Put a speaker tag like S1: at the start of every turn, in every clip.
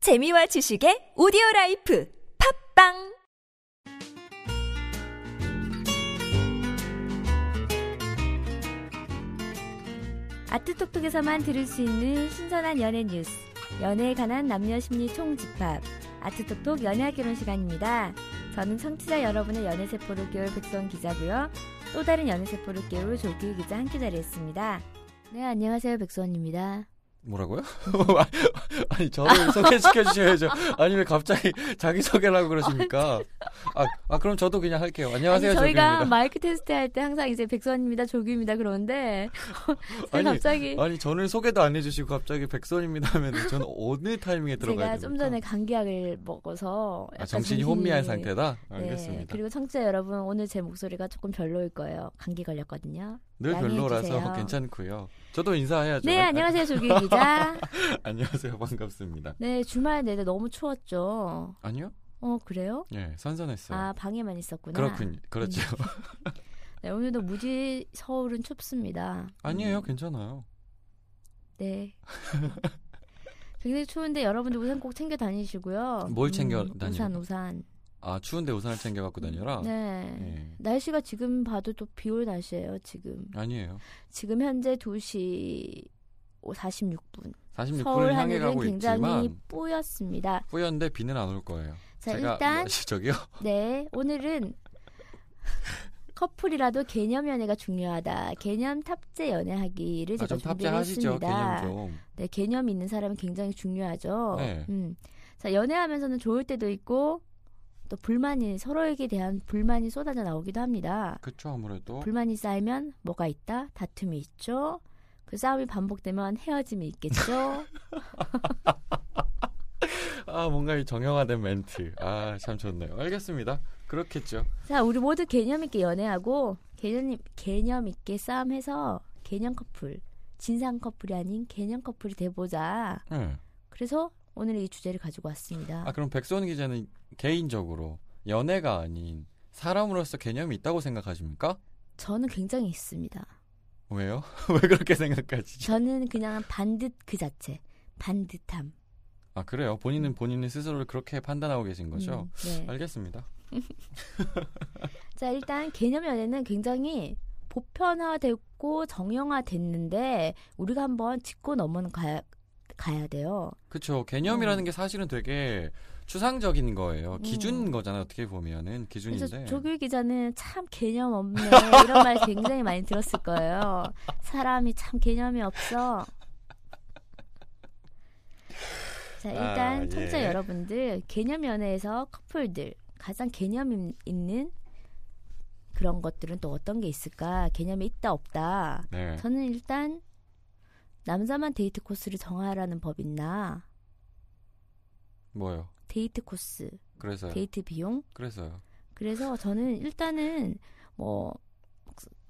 S1: 재미와 지식의 오디오 라이프 팝빵
S2: 아트톡톡에서만 들을 수 있는 신선한 연애 뉴스, 연애에 관한 남녀 심리 총집합, 아트톡톡 연애학 결혼 시간입니다. 저는 청취자 여러분의 연애 세포를 깨울 백선 기자고요. 또 다른 연애 세포를 깨울 조규 기자 함께 자리했습니다. 네, 안녕하세요. 백수원입니다.
S3: 뭐라고요? 아니 저를 소개시켜 주셔야죠. 아니 왜 갑자기 자기 소개를 하고 그러십니까? 아, 아, 그럼 저도 그냥 할게요. 안녕하세요,
S2: 아니, 저희가
S3: 조규입니다.
S2: 마이크 테스트 할 때 항상 이제 백수원입니다. 조규입니다. 그러는데 제가
S3: 아니,
S2: 갑자기
S3: 아니 저는 소개도 안 해주시고 갑자기 백선입니다 하면 저는 어느 타이밍에 들어가야
S2: 제가
S3: 됩니까?
S2: 좀 전에 감기약을 먹어서
S3: 아,
S2: 약간
S3: 정신이 혼미한
S2: 정신이-
S3: 상태다.
S2: 네,
S3: 알겠습니다.
S2: 그리고 청취자 여러분 오늘 제 목소리가 조금 별로일 거예요. 감기 걸렸거든요.
S3: 늘
S2: 양해해
S3: 별로라서
S2: 주세요.
S3: 괜찮고요. 저도 인사해야죠.
S2: 네,
S3: 아,
S2: 안녕하세요. 조규 기자.
S3: 아, 안녕하세요, 반갑습니다.
S2: 네, 주말 내내 너무 추웠죠.
S3: 아니요?
S2: 어, 그래요?
S3: 예, 선선했어요.
S2: 아, 방에만 있었구나. 음.
S3: 그렇군, 그렇죠.
S2: 네, 오늘도 무지 서울은 춥습니다.
S3: 아니에요,
S2: 음,
S3: 괜찮아요.
S2: 네. 굉장히 추운데 여러분들 우산 꼭 챙겨 다니시고요. 음,
S3: 뭘 챙겨 다니는
S2: 우산,
S3: 거예요?
S2: 우산.
S3: 아 추운데 우산을 챙겨 갖고 다녀라.
S2: 네.
S3: 예.
S2: 날씨가 지금 봐도 또 비올 날씨예요, 지금.
S3: 아니에요.
S2: 지금 현재 2시 46분.
S3: 46분을
S2: 서울
S3: 향해
S2: 하늘은
S3: 가고
S2: 굉장히
S3: 있지만
S2: 뿌였습니다.
S3: 뿌연데 비는 안 올 거예요.
S2: 자,
S3: 제가 뭐,
S2: 일단
S3: 저기요.
S2: 네, 오늘은 커플이라도 개념 연애가 중요하다. 개념 탑재 연애하기를 제가
S3: 아, 좀
S2: 준비를
S3: 탑재하시죠.
S2: 했습니다.
S3: 개념 좀.
S2: 네, 개념 있는 사람은 굉장히 중요하죠.
S3: 네.
S2: 음. 자, 연애하면서는 좋을 때도 있고 또 불만이 서로에게 대한 불만이 쏟아져 나오기도 합니다.
S3: 그쵸 아무래도
S2: 불만이 쌓이면 뭐가 있다? 다툼이 있죠. 그 싸움이 반복되면 헤어짐이 있겠죠.
S3: 아 뭔가 이 정형화된 멘트. 아 참 좋네요. 알겠습니다. 그렇겠죠.
S2: 자, 우리 모두 개념 있게 연애하고 개념 개념 있게 싸움해서 개념 커플, 진상 커플이 아닌 개념 커플이 돼 보자.
S3: 예.
S2: 그래서 오늘 이 주제를 가지고 왔습니다.
S3: 아 그럼 백수원 기자는 개인적으로 연애가 아닌 사람으로서 개념이 있다고 생각하십니까?
S2: 저는 굉장히 있습니다.
S3: 왜요? 왜 그렇게 생각하시죠?
S2: 저는 그냥 반듯 그 자체. 반듯함.
S3: 아 그래요. 본인은 본인의 스스로를 그렇게 판단하고 계신 거죠.
S2: 음, 네.
S3: 알겠습니다.
S2: 자, 일단 개념 연애는 굉장히 보편화됐고 정형화됐는데 우리가 한번 짚고 넘어가야 가야 돼요.
S3: 그렇죠. 개념이라는
S2: 음.
S3: 게 사실은 되게 추상적인 거예요.
S2: 음.
S3: 기준인 거잖아요. 어떻게 보면은 기준인데.
S2: 그래서 조규 기자는 참 개념 없네 이런 말 굉장히 많이 들었을 거예요. 사람이 참 개념이 없어. 자 일단
S3: 아, 예.
S2: 청자 여러분들 개념 연애에서 커플들 가장 개념 이 있는 그런 것들은 또 어떤 게 있을까? 개념이 있다 없다.
S3: 네.
S2: 저는 일단 남자만 데이트 코스를 정하라는 법 있나?
S3: 뭐요?
S2: 데이트 코스,
S3: 그래서요.
S2: 데이트 비용
S3: 그래서요.
S2: 그래서 저는 일단은 뭐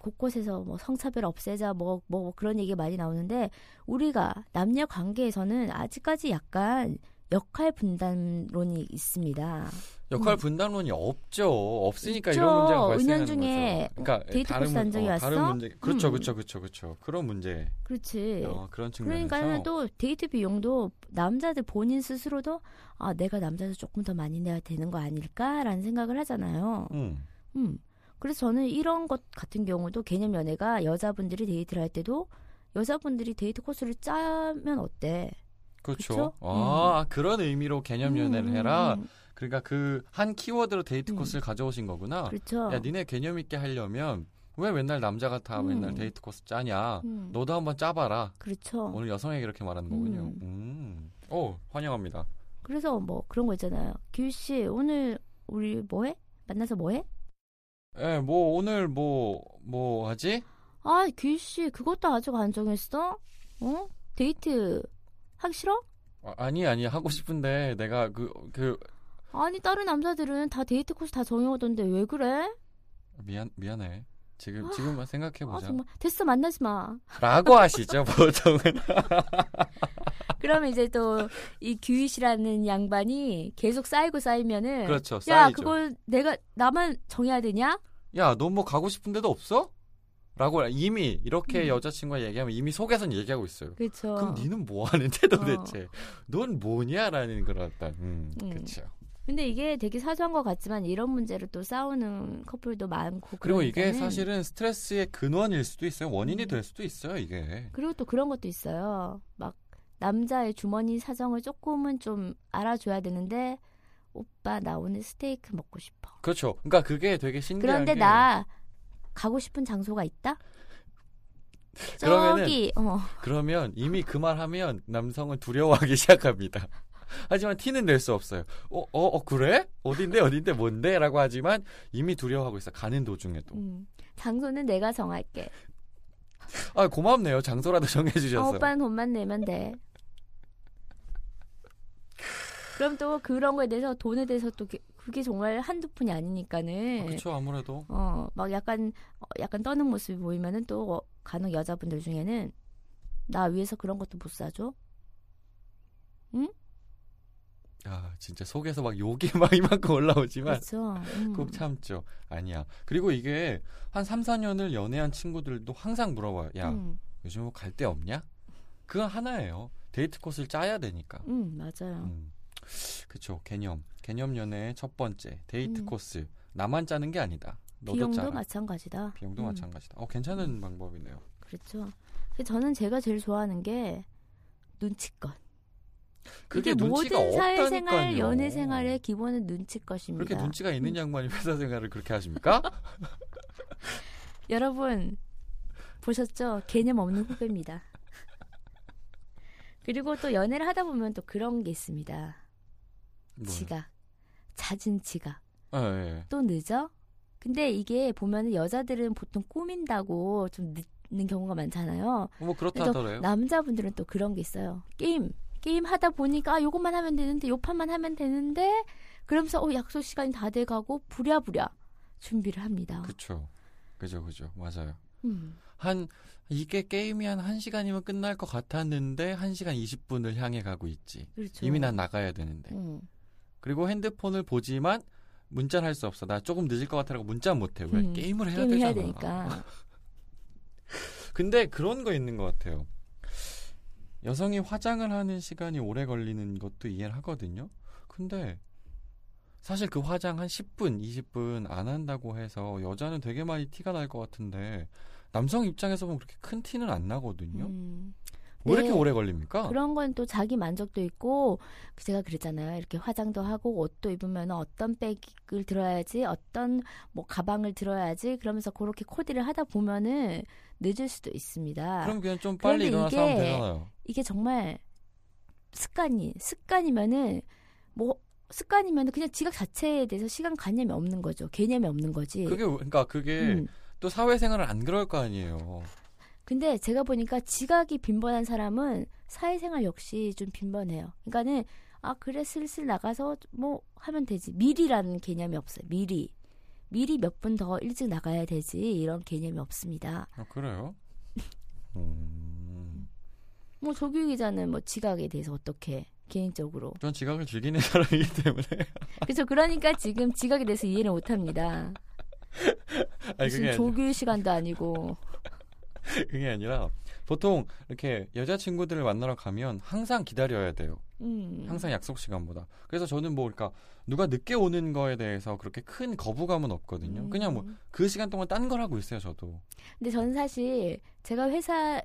S2: 곳곳에서 뭐 성차별 없애자 뭐 뭐 그런 얘기 많이 나오는데 우리가 남녀 관계에서는 아직까지 약간 역할 분담론이 있습니다.
S3: 역할 분담론이 없죠. 없으니까
S2: 음. 있죠.
S3: 이런 문제가 발생하는
S2: 은연 중에
S3: 거죠. 그러니까
S2: 데이트
S3: 다른
S2: 코스
S3: 문-
S2: 안정이
S3: 어, 다른
S2: 왔어?
S3: 문제. 그렇죠,
S2: 음.
S3: 그렇죠, 그렇죠, 그렇죠. 그런 문제.
S2: 그렇지.
S3: 어, 그런 측면에서.
S2: 그러니까 또 데이트 비용도 남자들 본인 스스로도 아 내가 남자에서 조금 더 많이 내야 되는 거 아닐까라는 생각을 하잖아요.
S3: 음.
S2: 음. 그래서 저는 이런 것 같은 경우도 개념 연애가 여자분들이 데이트를 할 때도 여자분들이 데이트 코스를 짜면 어때?
S3: 그렇죠.
S2: 그쵸?
S3: 아, 그런 의미로 개념 연애를
S2: 음,
S3: 해라.
S2: 음,
S3: 그러니까 그 한 키워드로 데이트
S2: 음.
S3: 코스를 가져오신 거구나.
S2: 그렇죠.
S3: 야, 니네 개념 있게 하려면 왜 맨날 남자가 다
S2: 음.
S3: 맨날 데이트 코스 짜냐?
S2: 음,
S3: 너도 한번 짜봐라.
S2: 그렇죠.
S3: 오늘 여성에게 이렇게 말하는 거군요. 음. 오, 환영합니다.
S2: 그래서 뭐 그런 거 있잖아요. 규 씨, 오늘 우리 뭐 해? 만나서 뭐 해?
S3: 예, 뭐 오늘 뭐 뭐 하지?
S2: 아, 규 씨, 그것도 아직 안 정했어? 어? 데이트 하기 싫어?
S3: 아, 아니 아니 하고 싶은데 내가 그 그
S2: 아니, 다른 남자들은 다 데이트 코스 다 정해오던데 왜 그래?
S3: 미안 미안해. 지금 지금만 생각해
S2: 아,
S3: 보자.
S2: 정말. 됐어, 만나지 마.
S3: 라고 하시죠 보통은.
S2: 그러면 이제 또 이 규이시라는 양반이 계속 쌓이고 쌓이면은
S3: 그렇죠.
S2: 네. 야
S3: 쌓이죠.
S2: 그걸 내가 나만 정해야 되냐?
S3: 야, 너 뭐 가고 싶은 데도 없어? 라고 이미 이렇게
S2: 음.
S3: 여자친구가 얘기하면 이미 속에선 얘기하고 있어요.
S2: 그렇죠.
S3: 그럼 니는 뭐 하는데 도대체? 넌 뭐냐라는 걸 갖다. 음,
S2: 어. 음.
S3: 그렇죠.
S2: 근데 이게 되게 사소한 것 같지만 이런 문제로 또 싸우는 커플도 많고
S3: 그리고 이게
S2: 그러니까는
S3: 사실은 스트레스의 근원일 수도 있어요. 원인이
S2: 음.
S3: 될 수도 있어요, 이게.
S2: 그리고 또 그런 것도 있어요. 막 남자의 주머니 사정을 조금은 좀 알아줘야 되는데 오빠 나 오늘 스테이크 먹고 싶어.
S3: 그렇죠. 그러니까 그게 되게 신기한
S2: 그런데
S3: 게
S2: 나 가고 싶은 장소가 있다.
S3: 그러면은-
S2: 저기 어
S3: 그러면 이미 그 말하면 남성은 두려워하기 시작합니다. 하지만 티는 낼 수 없어요. 어, 어, 어, 그래? 어딘데, 어딘데, 뭔데? 라고 하지만 이미 두려워하고 있어. 가는 도중에도.
S2: 음, 장소는 내가 정할게.
S3: 아, 고맙네요. 장소라도
S2: 어,
S3: 정해주셔서.
S2: 오빠는 돈만 내면 돼. 그럼 또 그런 거에 대해서 돈에 대해서 또 게- 그게 정말 한두 푼이 아니니까는
S3: 그렇죠. 아무래도.
S2: 어, 막 약간 어, 약간 떠는 모습이 보이면은 또 어, 간혹 여자분들 중에는 나 위해서 그런 것도 못 사줘.
S3: 아, 진짜 속에서 막 욕이 막 이만큼 올라오지만
S2: 그렇죠. 음.
S3: 꾹 참죠. 아니야. 그리고 이게 한 3, 4년을 연애한 친구들도 항상 물어봐요. 야,
S2: 음,
S3: 요즘 뭐 갈 데 없냐? 그건 하나예요. 데이트 코스를 짜야 되니까.
S2: 음, 맞아요.
S3: 음. 그쵸 개념 개념 연애의 첫 번째 데이트
S2: 음.
S3: 코스 나만 짜는 게 아니다 너도
S2: 비용도
S3: 짜라
S2: 마찬가지다.
S3: 비용도
S2: 음,
S3: 마찬가지다 어 괜찮은 방법이네요
S2: 그렇죠. 근데 저는 제가 제일 좋아하는 게 눈치껏.
S3: 그게
S2: 이게
S3: 눈치가
S2: 모든 사회생활,
S3: 없다니까요.
S2: 연애 생활의 기본은 눈치껏입니다. 음.
S3: 그렇게 눈치가 있는 양반이 회사 생활을 그렇게 하십니까
S2: 여러분 보셨죠? 개념 없는 후배입니다. 그리고 또 연애를 하다 보면 또 그런 게 있습니다.
S3: 뭐.
S2: 지각, 잦은 지각,
S3: 예, 예.
S2: 또 늦어? 근데 이게 보면 여자들은 보통 꾸민다고 좀 늦는 경우가 많잖아요.
S3: 뭐 그렇다더래요
S2: 남자분들은 또 그런 게 있어요. 게임, 게임 하다 보니까 아, 요것만 하면 되는데, 요판만 하면 되는데, 그러면서 어, 약속 시간이 다 돼가고 부랴부랴 준비를 합니다.
S3: 그쵸 그죠 그죠 맞아요
S2: 음,
S3: 한 이게 게임이 한 1시간이면 끝날 것 같았는데 1시간 20분을 향해 가고 있지
S2: 그렇죠.
S3: 이미 난 나가야 되는데
S2: 음.
S3: 그리고 핸드폰을 보지만 문자를 할 수 없어. 나 조금 늦을 것 같아라고 문자 못 해. 왜?
S2: 음,
S3: 게임을 해야
S2: 게임을
S3: 되잖아.
S2: 해야 되니까.
S3: 근데 그런 거 있는 것 같아요. 여성이 화장을 하는 시간이 오래 걸리는 것도 이해를 하거든요. 근데 사실 그 화장 한 10분, 20분 안 한다고 해서 여자는 되게 많이 티가 날 것 같은데 남성 입장에서 보면 그렇게 큰 티는 안 나거든요. 어.
S2: 음.
S3: 왜 이렇게
S2: 네.
S3: 오래 걸립니까?
S2: 그런 건 또 자기 만족도 있고 제가 그랬잖아요. 이렇게 화장도 하고 옷도 입으면 어떤 백을 들어야지, 어떤 뭐 가방을 들어야지 그러면서 그렇게 코디를 하다 보면은 늦을 수도 있습니다.
S3: 그럼 그냥 좀 빨리
S2: 그런데
S3: 일어나서 하면
S2: 이게
S3: 되잖아요.
S2: 이게 정말 습관이 습관이면은 뭐 습관이면은 그냥 지각 자체에 대해서 시간 관념이 없는 거죠. 개념이 없는 거지.
S3: 그게 그러니까 그게
S2: 네. 음.
S3: 또 사회생활을 안 그럴 거 아니에요.
S2: 근데 제가 보니까 지각이 빈번한 사람은 사회생활 역시 좀 빈번해요. 그러니까는 아 그래 슬슬 나가서 뭐 하면 되지 미리라는 개념이 없어요. 미리 미리 몇 분 더 일찍 나가야 되지 이런 개념이 없습니다.
S3: 아, 그래요? 음,
S2: 뭐 조규 기자는 뭐 지각에 대해서 어떻게 개인적으로
S3: 전 지각을 즐기는 사람이기 때문에. 아.
S2: 그래서 그러니까 지금 지각에 대해서 이해를 못합니다.
S3: 아니,
S2: 무슨
S3: 그게, 아니,
S2: 조교 시간도 아니고
S3: 그게 아니라, 보통 이렇게 여자친구들을 만나러 가면 항상 기다려야 돼요.
S2: 음.
S3: 항상 약속 시간보다. 그래서 저는 뭐, 그러니까, 누가 늦게 오는 거에 대해서 그렇게 큰 거부감은 없거든요.
S2: 음.
S3: 그냥 뭐, 그 시간 동안 딴 걸 하고 있어요, 저도.
S2: 근데 전 사실 제가 회사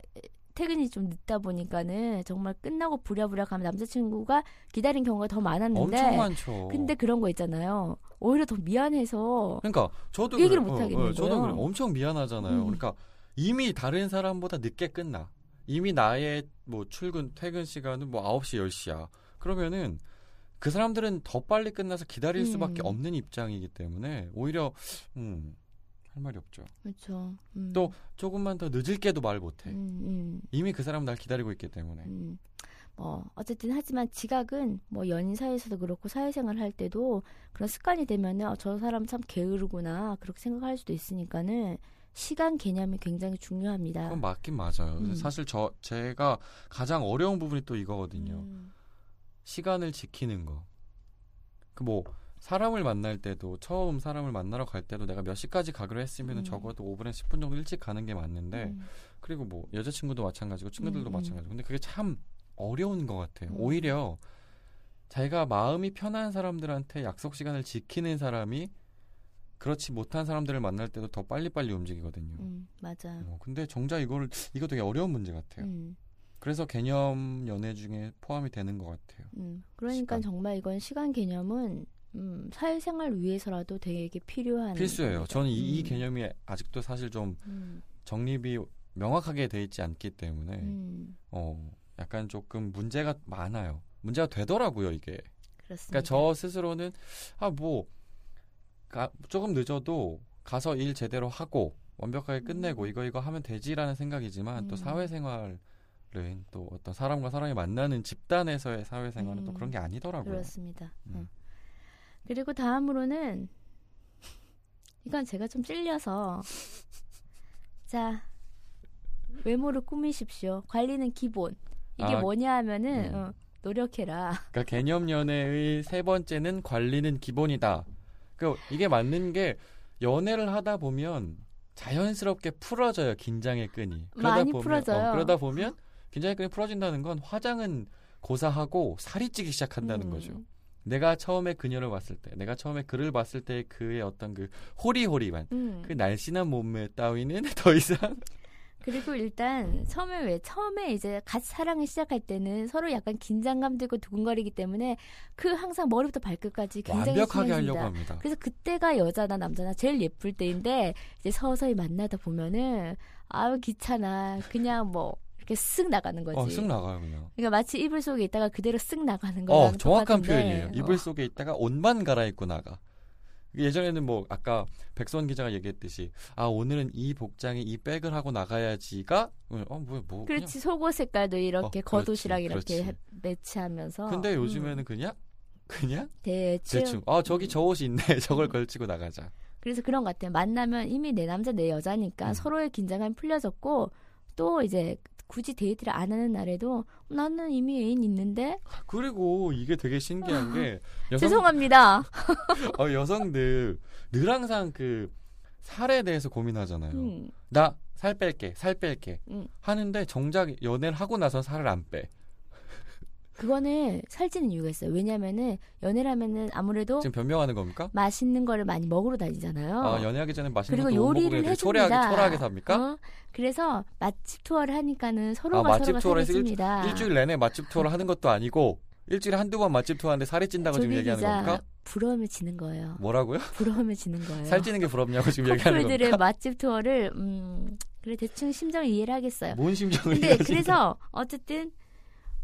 S2: 퇴근이 좀 늦다 보니까는 정말 끝나고 부랴부랴 가면 남자친구가 기다린 경우가 더 많았는데
S3: 엄청 많죠.
S2: 근데 그런 거 있잖아요 오히려 더 미안해서
S3: 그러니까, 저도.
S2: 그 얘기를
S3: 그래요.
S2: 못
S3: 어,
S2: 하겠는
S3: 어, 저도
S2: 거예요.
S3: 그래. 엄청 미안하잖아요.
S2: 음.
S3: 그러니까, 이미 다른 사람보다 늦게 끝나. 이미 나의 뭐 출근, 퇴근 시간은 뭐 9시, 10시야. 그러면은 그 사람들은 더 빨리 끝나서 기다릴
S2: 음.
S3: 수밖에 없는 입장이기 때문에 오히려, 음, 할 말이 없죠.
S2: 그렇죠 음.
S3: 또 네. 조금만 더 늦을게도 말
S2: 음,
S3: 못해.
S2: 음,
S3: 이미 그 사람은 날 기다리고 있기 때문에.
S2: 음. 뭐 어쨌든 하지만 지각은 뭐 연인 사이에서도 그렇고 사회생활 할 때도 그런 습관이 되면은 어, 저 사람 참 게으르구나 그렇게 생각할 수도 있으니까는 시간 개념이 굉장히 중요합니다.
S3: 그건 맞긴 맞아요.
S2: 음.
S3: 사실 저, 제가 가장 어려운 부분이 또 이거거든요.
S2: 음.
S3: 시간을 지키는 거. 그 뭐, 사람을 만날 때도 처음 사람을 만나러 갈 때도 내가 몇 시까지 가기로
S2: 음.
S3: 했으면 은 적어도 5분에서 10분 정도 일찍 가는 게 맞는데
S2: 음.
S3: 그리고 뭐 여자친구도 마찬가지고 친구들도
S2: 음, 음.
S3: 마찬가지고 근데 그게 참 어려운 것 같아요.
S2: 음.
S3: 오히려 자기가 마음이 편한 사람들한테 약속 시간을 지키는 사람이 그렇지 못한 사람들을 만날 때도 더 빨리빨리 움직이거든요.
S2: 음, 맞아.
S3: 어, 근데 정작 이거를 이거 되게 어려운 문제 같아요.
S2: 음,
S3: 그래서 개념 연애 중에 포함이 되는 것 같아요.
S2: 음. 그러니까
S3: 시간.
S2: 정말 이건 시간 개념은 음, 사회생활 위해서라도 되게 필요한
S3: 필수예요. 저는 이, 이
S2: 음.
S3: 개념이 아직도 사실 좀
S2: 음,
S3: 정립이 명확하게 돼 있지 않기 때문에
S2: 음,
S3: 어, 약간 조금 문제가 많아요. 문제가 되더라고요 이게.
S2: 그렇습니다.
S3: 그러니까 저 스스로는 아 뭐 조금 늦어도 가서 일 제대로 하고 완벽하게 끝내고 이거 이거 하면 되지라는 생각이지만
S2: 음.
S3: 또 사회생활은 또 어떤 사람과 사람이 만나는 집단에서의 사회생활은 또
S2: 음.
S3: 그런 게 아니더라고요.
S2: 그렇습니다.
S3: 음.
S2: 어. 그리고 다음으로는 이건 제가 좀 찔려서 자 외모를 꾸미십시오. 관리는 기본. 이게
S3: 아,
S2: 뭐냐 하면은
S3: 음.
S2: 어, 노력해라.
S3: 그러니까 개념 연애의 세 번째는 관리는 기본이다. 그 이게 맞는 게 연애를 하다 보면 자연스럽게 풀어져요 긴장의 끈이.
S2: 많이
S3: 보면,
S2: 풀어져요.
S3: 어, 그러다 보면 긴장의 끈이 풀어진다는 건 화장은 고사하고 살이 찌기 시작한다는
S2: 음.
S3: 거죠. 내가 처음에 그녀를 봤을 때, 내가 처음에 그를 봤을 때 그의 어떤 그 호리호리만,
S2: 음.
S3: 그 날씬한 몸매 따위는 더 이상
S2: 그리고 일단 처음에 왜 처음에 이제 갓 사랑을 시작할 때는 서로 약간 긴장감 들고 두근거리기 때문에 그 항상 머리부터 발끝까지 굉장히
S3: 완벽하게
S2: 신경을
S3: 하려고
S2: 씁니다.
S3: 합니다.
S2: 그래서 그때가 여자나 남자나 제일 예쁠 때인데 이제 서서히 만나다 보면은 아우 귀찮아 그냥 뭐 이렇게 쓱 나가는 거지.
S3: 어, 쓱 나가요 그냥.
S2: 그러니까 마치 이불 속에 있다가 그대로 쓱 나가는 거랑
S3: 어, 정확한
S2: 똑같은데.
S3: 표현이에요. 이불
S2: 어,
S3: 속에 있다가 옷만 갈아입고 나가. 예전에는 뭐 아까 백선 기자가 얘기했듯이 아 오늘은 이 복장에 이 백을 하고 나가야지가 어 뭐야 뭐 그냥.
S2: 그렇지 속옷 색깔도 이렇게
S3: 어, 그렇지,
S2: 겉옷이랑 이렇게
S3: 그렇지.
S2: 매치하면서.
S3: 근데
S2: 음,
S3: 요즘에는 그냥 그냥
S2: 대충.
S3: 대충 아 저기
S2: 음.
S3: 저 옷이 있네 저걸 걸치고 나가자.
S2: 그래서 그런 것 같아요. 만나면 이미 내 남자 내 여자니까
S3: 음.
S2: 서로의 긴장감이 풀려졌고 또 이제 굳이 데이트를 안 하는 날에도 나는 이미 애인 있는데
S3: 그리고 이게 되게 신기한 게 여성
S2: 죄송합니다.
S3: 어, 여성들 늘 항상 그 살에 대해서 고민하잖아요.
S2: 음,
S3: 나 살 뺄게 살 뺄게
S2: 음.
S3: 하는데 정작 연애를 하고 나서 살을 안 빼.
S2: 그거는 살찌는 이유가 있어요. 왜냐면은 연애를 하면은 아무래도
S3: 지금 변명하는 겁니까?
S2: 맛있는 거를 많이 먹으러 다니잖아요.
S3: 아, 연애하기 전에 맛있는
S2: 어. 그리고
S3: 것도 못 먹고
S2: 요리를
S3: 그냥
S2: 해줍니다.
S3: 초라하게 초라하게 삽니까?
S2: 어? 그래서 맛집 투어를 하니까는 서로가
S3: 아, 맛집
S2: 서로가
S3: 투어를 해서
S2: 살찌니다
S3: 일주일 내내 맛집 투어를 하는 것도 아니고 일주일에 한두 번 맛집 투어하는데 살이 찐다고 지금 얘기하는 겁니까?
S2: 부러우면 지는 거예요.
S3: 뭐라고요?
S2: 부러우면 지는 거예요.
S3: 살찌는 게 부럽냐고 지금 얘기하는
S2: 네. 커플들의
S3: 겁니까?
S2: 맛집 투어를 음 그래 대충 심정을 이해를 하겠어요.
S3: 뭔 심정을
S2: 근데
S3: 가지고.
S2: 그래서 어쨌든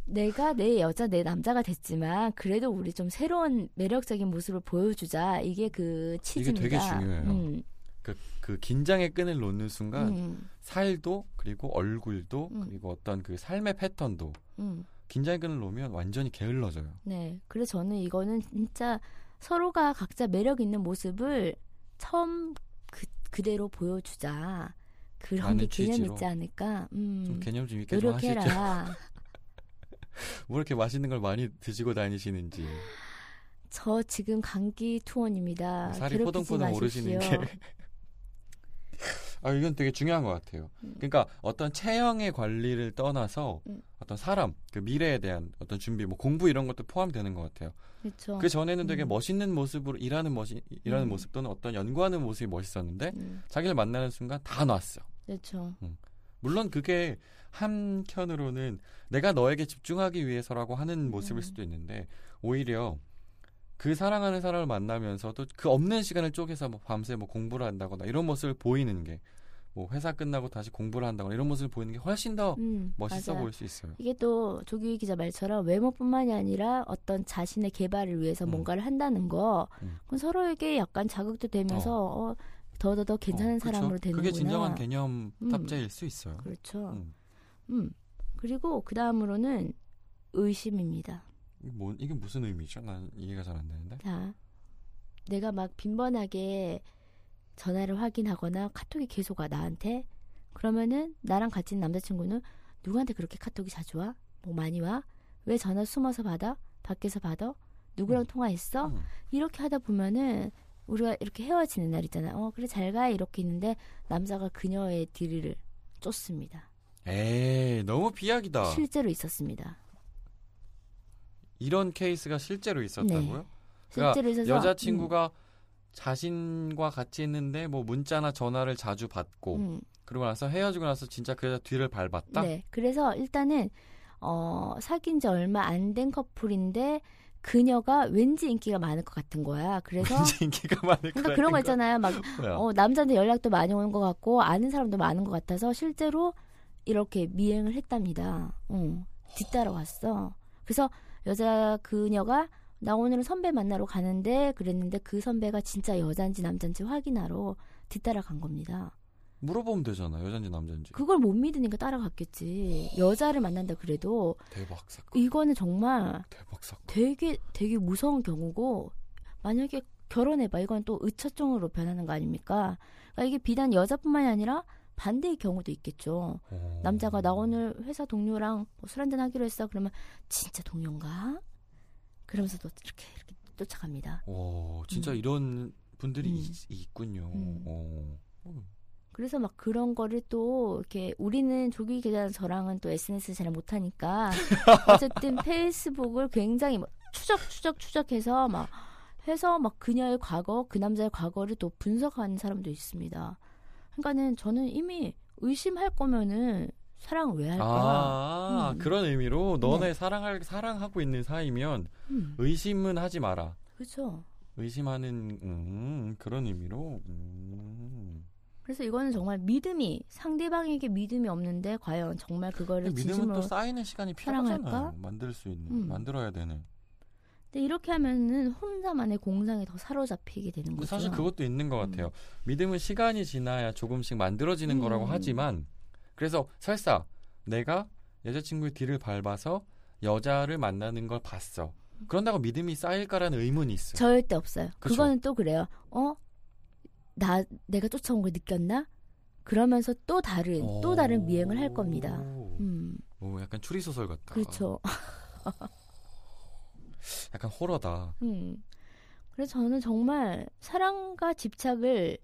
S2: 내가 내 여자 내 남자가 됐지만 그래도 우리 좀 새로운 매력적인 모습을 보여주자 이게 그 치즈입니다.
S3: 되게 중요해요. 그러니까
S2: 음,
S3: 그, 그 긴장의 끈을 놓는 순간
S2: 음,
S3: 살도 그리고 얼굴도
S2: 음.
S3: 그리고 어떤 그 삶의 패턴도
S2: 음.
S3: 긴장의 끈을 놓으면 완전히 게을러져요.
S2: 네. 그래서 저는 이거는 진짜 서로가 각자 매력 있는 모습을 처음 그, 그대로 보여주자. 그런 게
S3: 많은
S2: 개념
S3: 취지로.
S2: 있지 않을까?
S3: 좀
S2: 음.
S3: 개념 좀 있게 좀 하시죠.
S2: 노력해라.
S3: 뭐 이렇게 맛있는 걸 많이 드시고 다니시는지.
S2: 저 지금 감기 투원입니다.
S3: 살이
S2: 괴롭히지
S3: 포동포동 오르시는 게.
S2: 마십시오.
S3: 아, 이건 되게 중요한 것 같아요.
S2: 음.
S3: 그러니까 어떤 체형의 관리를 떠나서
S2: 음.
S3: 어떤 사람, 그 미래에 대한 어떤 준비, 뭐 공부 이런 것도 포함되는 것 같아요.
S2: 그렇죠.
S3: 그 전에는 되게
S2: 음.
S3: 멋있는 모습으로 일하는 멋이, 일하는
S2: 음.
S3: 모습 또는 어떤 연구하는 모습이 멋있었는데
S2: 음,
S3: 자기를 만나는 순간 다 놨어.
S2: 그렇죠.
S3: 물론 그게 한켠으로는 내가 너에게 집중하기 위해서라고 하는 모습일
S2: 음.
S3: 수도 있는데 오히려 그 사랑하는 사람을 만나면서도 그 없는 시간을 쪼개서 뭐 밤새 뭐 공부를 한다거나 이런 모습을 보이는 게 뭐 회사 끝나고 다시 공부를 한다거나 이런 모습을 보이는 게 훨씬 더
S2: 음,
S3: 멋있어
S2: 맞아요.
S3: 보일 수 있어요.
S2: 이게 또 조규희 기자 말처럼 외모뿐만이 아니라 어떤 자신의 개발을 위해서
S3: 음.
S2: 뭔가를 한다는 거
S3: 음.
S2: 그럼 서로에게 약간 자극도 되면서 어, 더더더 괜찮은
S3: 어, 그쵸?
S2: 사람으로 되는구나.
S3: 그게 진정한 개념
S2: 음.
S3: 탑재일 수 있어요.
S2: 그렇죠. 음.
S3: 음.
S2: 그리고 그 다음으로는 의심입니다.
S3: 이게 뭐, 이게 무슨 의미죠? 난 이해가 잘 안 되는데.
S2: 자, 내가 막 빈번하게 전화를 확인하거나 카톡이 계속 와 나한테 그러면은 나랑 같이 있는 남자친구는 누구한테 그렇게 카톡이 자주 와? 뭐 많이 와? 왜 전화 숨어서 받아? 밖에서 받아? 누구랑
S3: 음.
S2: 통화했어?
S3: 음.
S2: 이렇게 하다 보면은 우리가 이렇게 헤어지는 날 있잖아요. 어 그래 잘 가 이렇게 있는데 남자가 그녀의 뒤를 쫓습니다.
S3: 에이 너무 비약이다.
S2: 실제로 있었습니다.
S3: 이런 케이스가 실제로 있었다고요? 그러니까
S2: 실제로 있어서 음.
S3: 여자친구가 자신과 같이 있는데 뭐 문자나 전화를 자주 받고
S2: 음,
S3: 그러고 나서 헤어지고 나서 진짜 그 여자 뒤를
S2: 음,
S3: 밟았다.
S2: 네 그래서 일단은 어 사귄 지 얼마 안 된 커플인데 그녀가 왠지 인기가 많을 것 같은 거야. 그래서
S3: 왠지 인기가 많을 것
S2: 그러니까
S3: 같은
S2: 그런 거
S3: 거야.
S2: 있잖아요. 막
S3: 뭐야.
S2: 어, 남자한테 연락도 많이 오는 것 같고 아는 사람도 많은 것 같아서 실제로 이렇게 미행을 했답니다. 어, 뒤따라왔어. 그래서 여자 그녀가 나 오늘은 선배 만나러 가는데 그랬는데 그 선배가 진짜 여잔지 남잔지 확인하러 뒤따라간 겁니다.
S3: 물어보면 되잖아. 여잔지 남잔지.
S2: 그걸 못 믿으니까 따라갔겠지. 여자를 만난다 그래도
S3: 대박 사건.
S2: 이거는 정말
S3: 대박 사건.
S2: 되게 되게 무서운 경우고 만약에 결혼해봐 이건 또 의처증으로 변하는 거 아닙니까? 그러니까 이게 비단 여자뿐만이 아니라 반대의 경우도 있겠죠.
S3: 어.
S2: 남자가 나 오늘 회사 동료랑 뭐술 한잔 하기로 했어 그러면 진짜 동료인가? 그러면서 또 이렇게 이렇게 쫓아갑니다.
S3: 와, 어, 진짜
S2: 음.
S3: 이런 분들이
S2: 음.
S3: 있, 있군요.
S2: 음.
S3: 어.
S2: 그래서 막 그런 거를 또 이렇게 우리는 조기 계좌 저랑은 또 SNS 잘 못하니까 어쨌든 페이스북을 굉장히 막 추적 추적 추적해서 막 해서 막 그녀의 과거 그 남자의 과거를 또 분석하는 사람도 있습니다. 그러니까는 저는 이미 의심할 거면은 사랑을 왜 할까?
S3: 아,
S2: 음.
S3: 그런 의미로 너네 사랑할 사랑하고 있는 사이면
S2: 음,
S3: 의심은 하지 마라.
S2: 그렇죠.
S3: 의심하는 음, 그런 의미로. 음.
S2: 그래서 이거는 정말 믿음이 상대방에게 믿음이 없는데 과연 정말 그거를
S3: 믿음은
S2: 진심으로
S3: 또 쌓이는 시간이
S2: 사랑할까?
S3: 필요하잖아요. 만들 수 있는,
S2: 음.
S3: 만들어야 되는.
S2: 근데 이렇게 하면은 혼자만의 공상에 더 사로잡히게 되는
S3: 근데
S2: 거죠.
S3: 사실 그것도 있는 것 같아요. 믿음은 시간이 지나야 조금씩 만들어지는
S2: 음.
S3: 거라고 하지만 그래서 설사 내가 여자친구의 뒤를 밟아서 여자를 만나는 걸 봤어. 그런다고 믿음이 쌓일까라는 의문이 있어. 요
S2: 절대 없어요. 그
S3: 그쵸.
S2: 거는또 그래요. 어? 나 내가 쫓아온 걸 느꼈나? 그러면서 또 다른 또
S3: 어.
S2: 다른 미행을 할 겁니다. 음,
S3: 오, 약간 추리 소설 같다.
S2: 그렇죠.
S3: 아. 약간 호러다.
S2: 음. 그래서 저는 정말 사랑과 집착을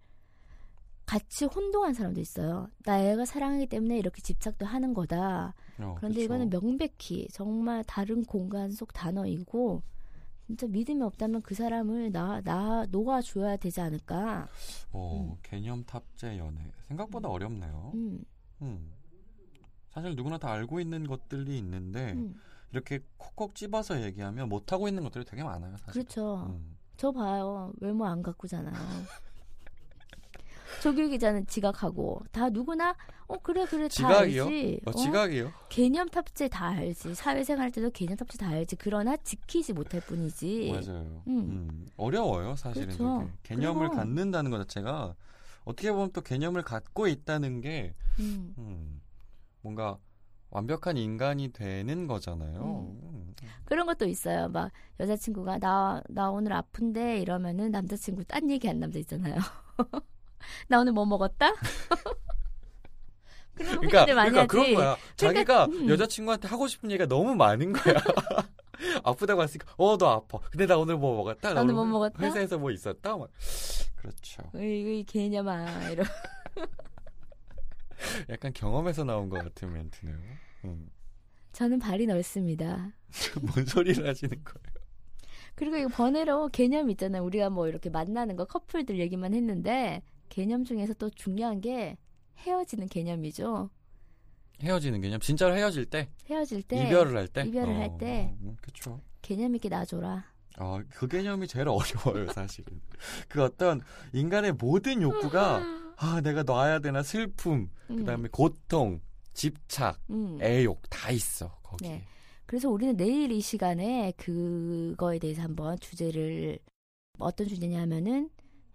S2: 같이 혼동한 사람도 있어요. 나 애가 사랑하기 때문에 이렇게 집착도 하는 거다.
S3: 어,
S2: 그런데
S3: 그쵸.
S2: 이거는 명백히 정말 다른 공간 속 단어이고 진짜 믿음이 없다면 그 사람을 나 나 녹아줘야 되지 않을까.
S3: 어, 개념 탑재 연애 생각보다 어렵네요.
S2: 음,
S3: 음. 사실 누구나 다 알고 있는 것들이 있는데
S2: 음.
S3: 이렇게 콕콕 찝어서 얘기하면 못 하고 있는 것들이 되게 많아요. 사실.
S2: 그렇죠.
S3: 음.
S2: 저 봐요. 외모 안 가꾸잖아요. 조규 기자는 지각하고 다 누구나 어 그래 그래 다
S3: 지각이요?
S2: 알지.
S3: 어,
S2: 어?
S3: 지각이요?
S2: 개념 탑재 다 알지. 사회생활 할 때도 개념 tab재 다 알지. 그러나 지키지 못할 뿐이지.
S3: 맞아요.
S2: 음.
S3: 음, 어려워요, 사실은.
S2: 그렇죠.
S3: 되게. 개념을
S2: 그리고-
S3: 갖는다는 것 자체가 어떻게 보면 또 개념을 갖고 있다는 게
S2: 음.
S3: 음, 뭔가 완벽한 인간이 되는 거잖아요. 음.
S2: 그런 것도 있어요. 막 여자친구가 나 나 오늘 아픈데 이러면은 남자친구 딴 얘기한 남자 있잖아요. 나 오늘 뭐 먹었다? 그런 거
S3: 그러니까,
S2: 후배들 많이
S3: 그러니까 그런
S2: 하지.
S3: 거야.
S2: 그러니까,
S3: 자기가
S2: 음.
S3: 여자친구한테 하고 싶은 얘기가 너무 많은 거야. 아프다고 했으니까, 어, 너 아파. 근데 나 오늘 뭐 먹었다?
S2: 나 오늘 뭐 먹었다?
S3: 회사에서 뭐 있었다? 막. 그렇죠.
S2: 이, 이 개념아 이러.
S3: 약간 경험에서 나온 것 같은 멘트네요. 음. 그
S2: 저는 발이 넓습니다.
S3: 뭔 소리를 하시는 거예요?
S2: 그리고 이거 번외로 개념 있잖아요. 우리가 뭐 이렇게 만나는 거 커플들 얘기만 했는데 개념 중에서 또 중요한 게 헤어지는 개념이죠.
S3: 헤어지는 개념 진짜로 헤어질 때
S2: 헤어질 때
S3: 이별을 할 때
S2: 네.
S3: 어,
S2: 이별을 할 때.
S3: 그렇죠
S2: 개념 있게 놔줘라.
S3: 아, 그 개념이 제일 어려워요 사실은 그 어떤 인간의 모든 욕구가
S2: 음.
S3: 아 내가 놔야 되나 슬픔 그다음에 고통 집착
S2: 음, 음.
S3: 애욕 다 있어 거기
S2: 네. 그래서 우리는 내일 이 시간에 그거에 대해서 한번 주제를 어떤 주제냐면은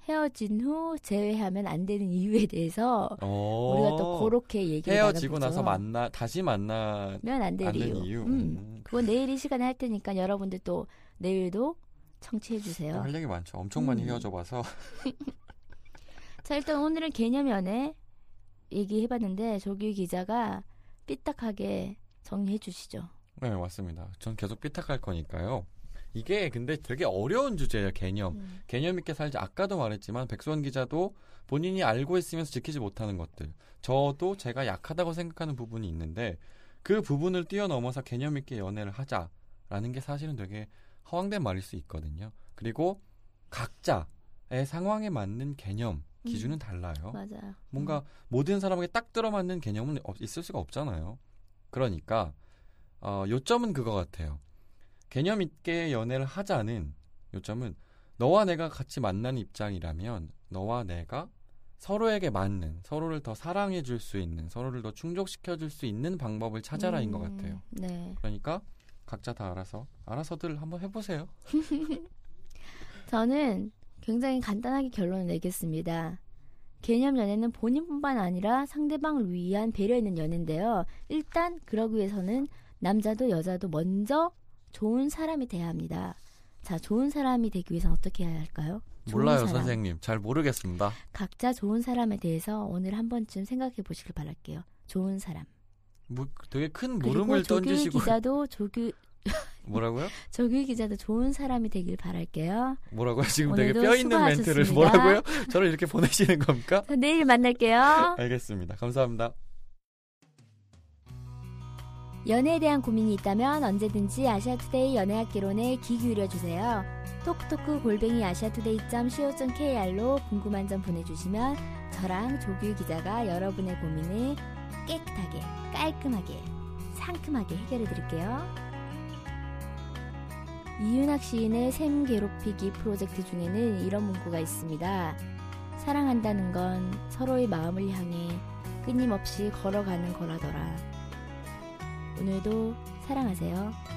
S2: 헤어진 후 재회하면 안 되는 이유에 대해서
S3: 어,
S2: 우리가 또 그렇게 얘기를
S3: 헤어지고 나서
S2: 나눠보죠.
S3: 만나 다시 만나
S2: 면안 될
S3: 않는
S2: 이유.
S3: 이유
S2: 음.
S3: 음.
S2: 그건 내일 이 시간에 할 테니까 여러분들 또 내일도 청취해 주세요.
S3: 할 얘기 많죠 엄청 많이
S2: 음.
S3: 헤어져 봐서
S2: 자 일단 오늘은 개념 연애 얘기해봤는데 조규 기자가 삐딱하게 정리해 주시죠.
S3: 네 맞습니다 전 계속 삐딱할 거니까요 이게 근데 되게 어려운 주제예요, 개념.
S2: 음.
S3: 개념 있게 살지. 아까도 말했지만 백수원 기자도 본인이 알고 있으면서 지키지 못하는 것들. 저도 제가 약하다고 생각하는 부분이 있는데 그 부분을 뛰어넘어서 개념 있게 연애를 하자라는 게 사실은 되게 허황된 말일 수 있거든요. 그리고 각자의 상황에 맞는 개념 기준은 달라요.
S2: 맞아요. 음.
S3: 뭔가 모든 사람에게 딱 들어맞는 개념은 없- 있을 수가 없잖아요. 그러니까 어, 요점은 그거 같아요. 개념 있게 연애를 하자는 요점은 너와 내가 같이 만나는 입장이라면 너와 내가 서로에게 맞는 서로를 더 사랑해 줄 수 있는 서로를 더 충족시켜 줄 수 있는 방법을 찾아라인 것
S2: 음,
S3: 같아요.
S2: 네.
S3: 그러니까 각자 다 알아서 알아서들 한번 해보세요.
S2: 저는 굉장히 간단하게 결론을 내겠습니다. 개념 연애는 본인뿐만 아니라 상대방을 위한 배려 있는 연애인데요. 일단 그러기 위해서는 남자도 여자도 먼저 좋은 사람이 돼야 합니다. 자, 좋은 사람이 되기 위해서는 어떻게 해야 할까요? 좋은
S3: 몰라요
S2: 사람.
S3: 선생님 잘 모르겠습니다.
S2: 각자 좋은 사람에 대해서 오늘 한 번쯤 생각해 보시길 바랄게요. 좋은 사람.
S3: 뭐, 되게 큰
S2: 그리고
S3: 물음을
S2: 조규
S3: 던지시고
S2: 기자도 조규
S3: 뭐라고요?
S2: 조규 기자도 좋은 사람이 되길 바랄게요.
S3: 뭐라고요? 지금 되게
S2: 오늘도
S3: 뼈 있는 멘트를
S2: 수고하셨습니다.
S3: 뭐라고요? 저를 이렇게 보내시는 겁니까?
S2: 자, 내일 만날게요.
S3: 알겠습니다. 감사합니다.
S2: 연애에 대한 고민이 있다면 언제든지 아시아투데이 연애학개론에 귀 기울여 주세요. 톡톡크 골뱅이 아시아투데이.co.kr로 궁금한 점 보내주시면 저랑 조규 기자가 여러분의 고민을 깨끗하게, 깔끔하게, 상큼하게 해결해 드릴게요. 이윤학 시인의 샘 괴롭히기 프로젝트 중에는 이런 문구가 있습니다. 사랑한다는 건 서로의 마음을 향해 끊임없이 걸어가는 거라더라. 오늘도 사랑하세요.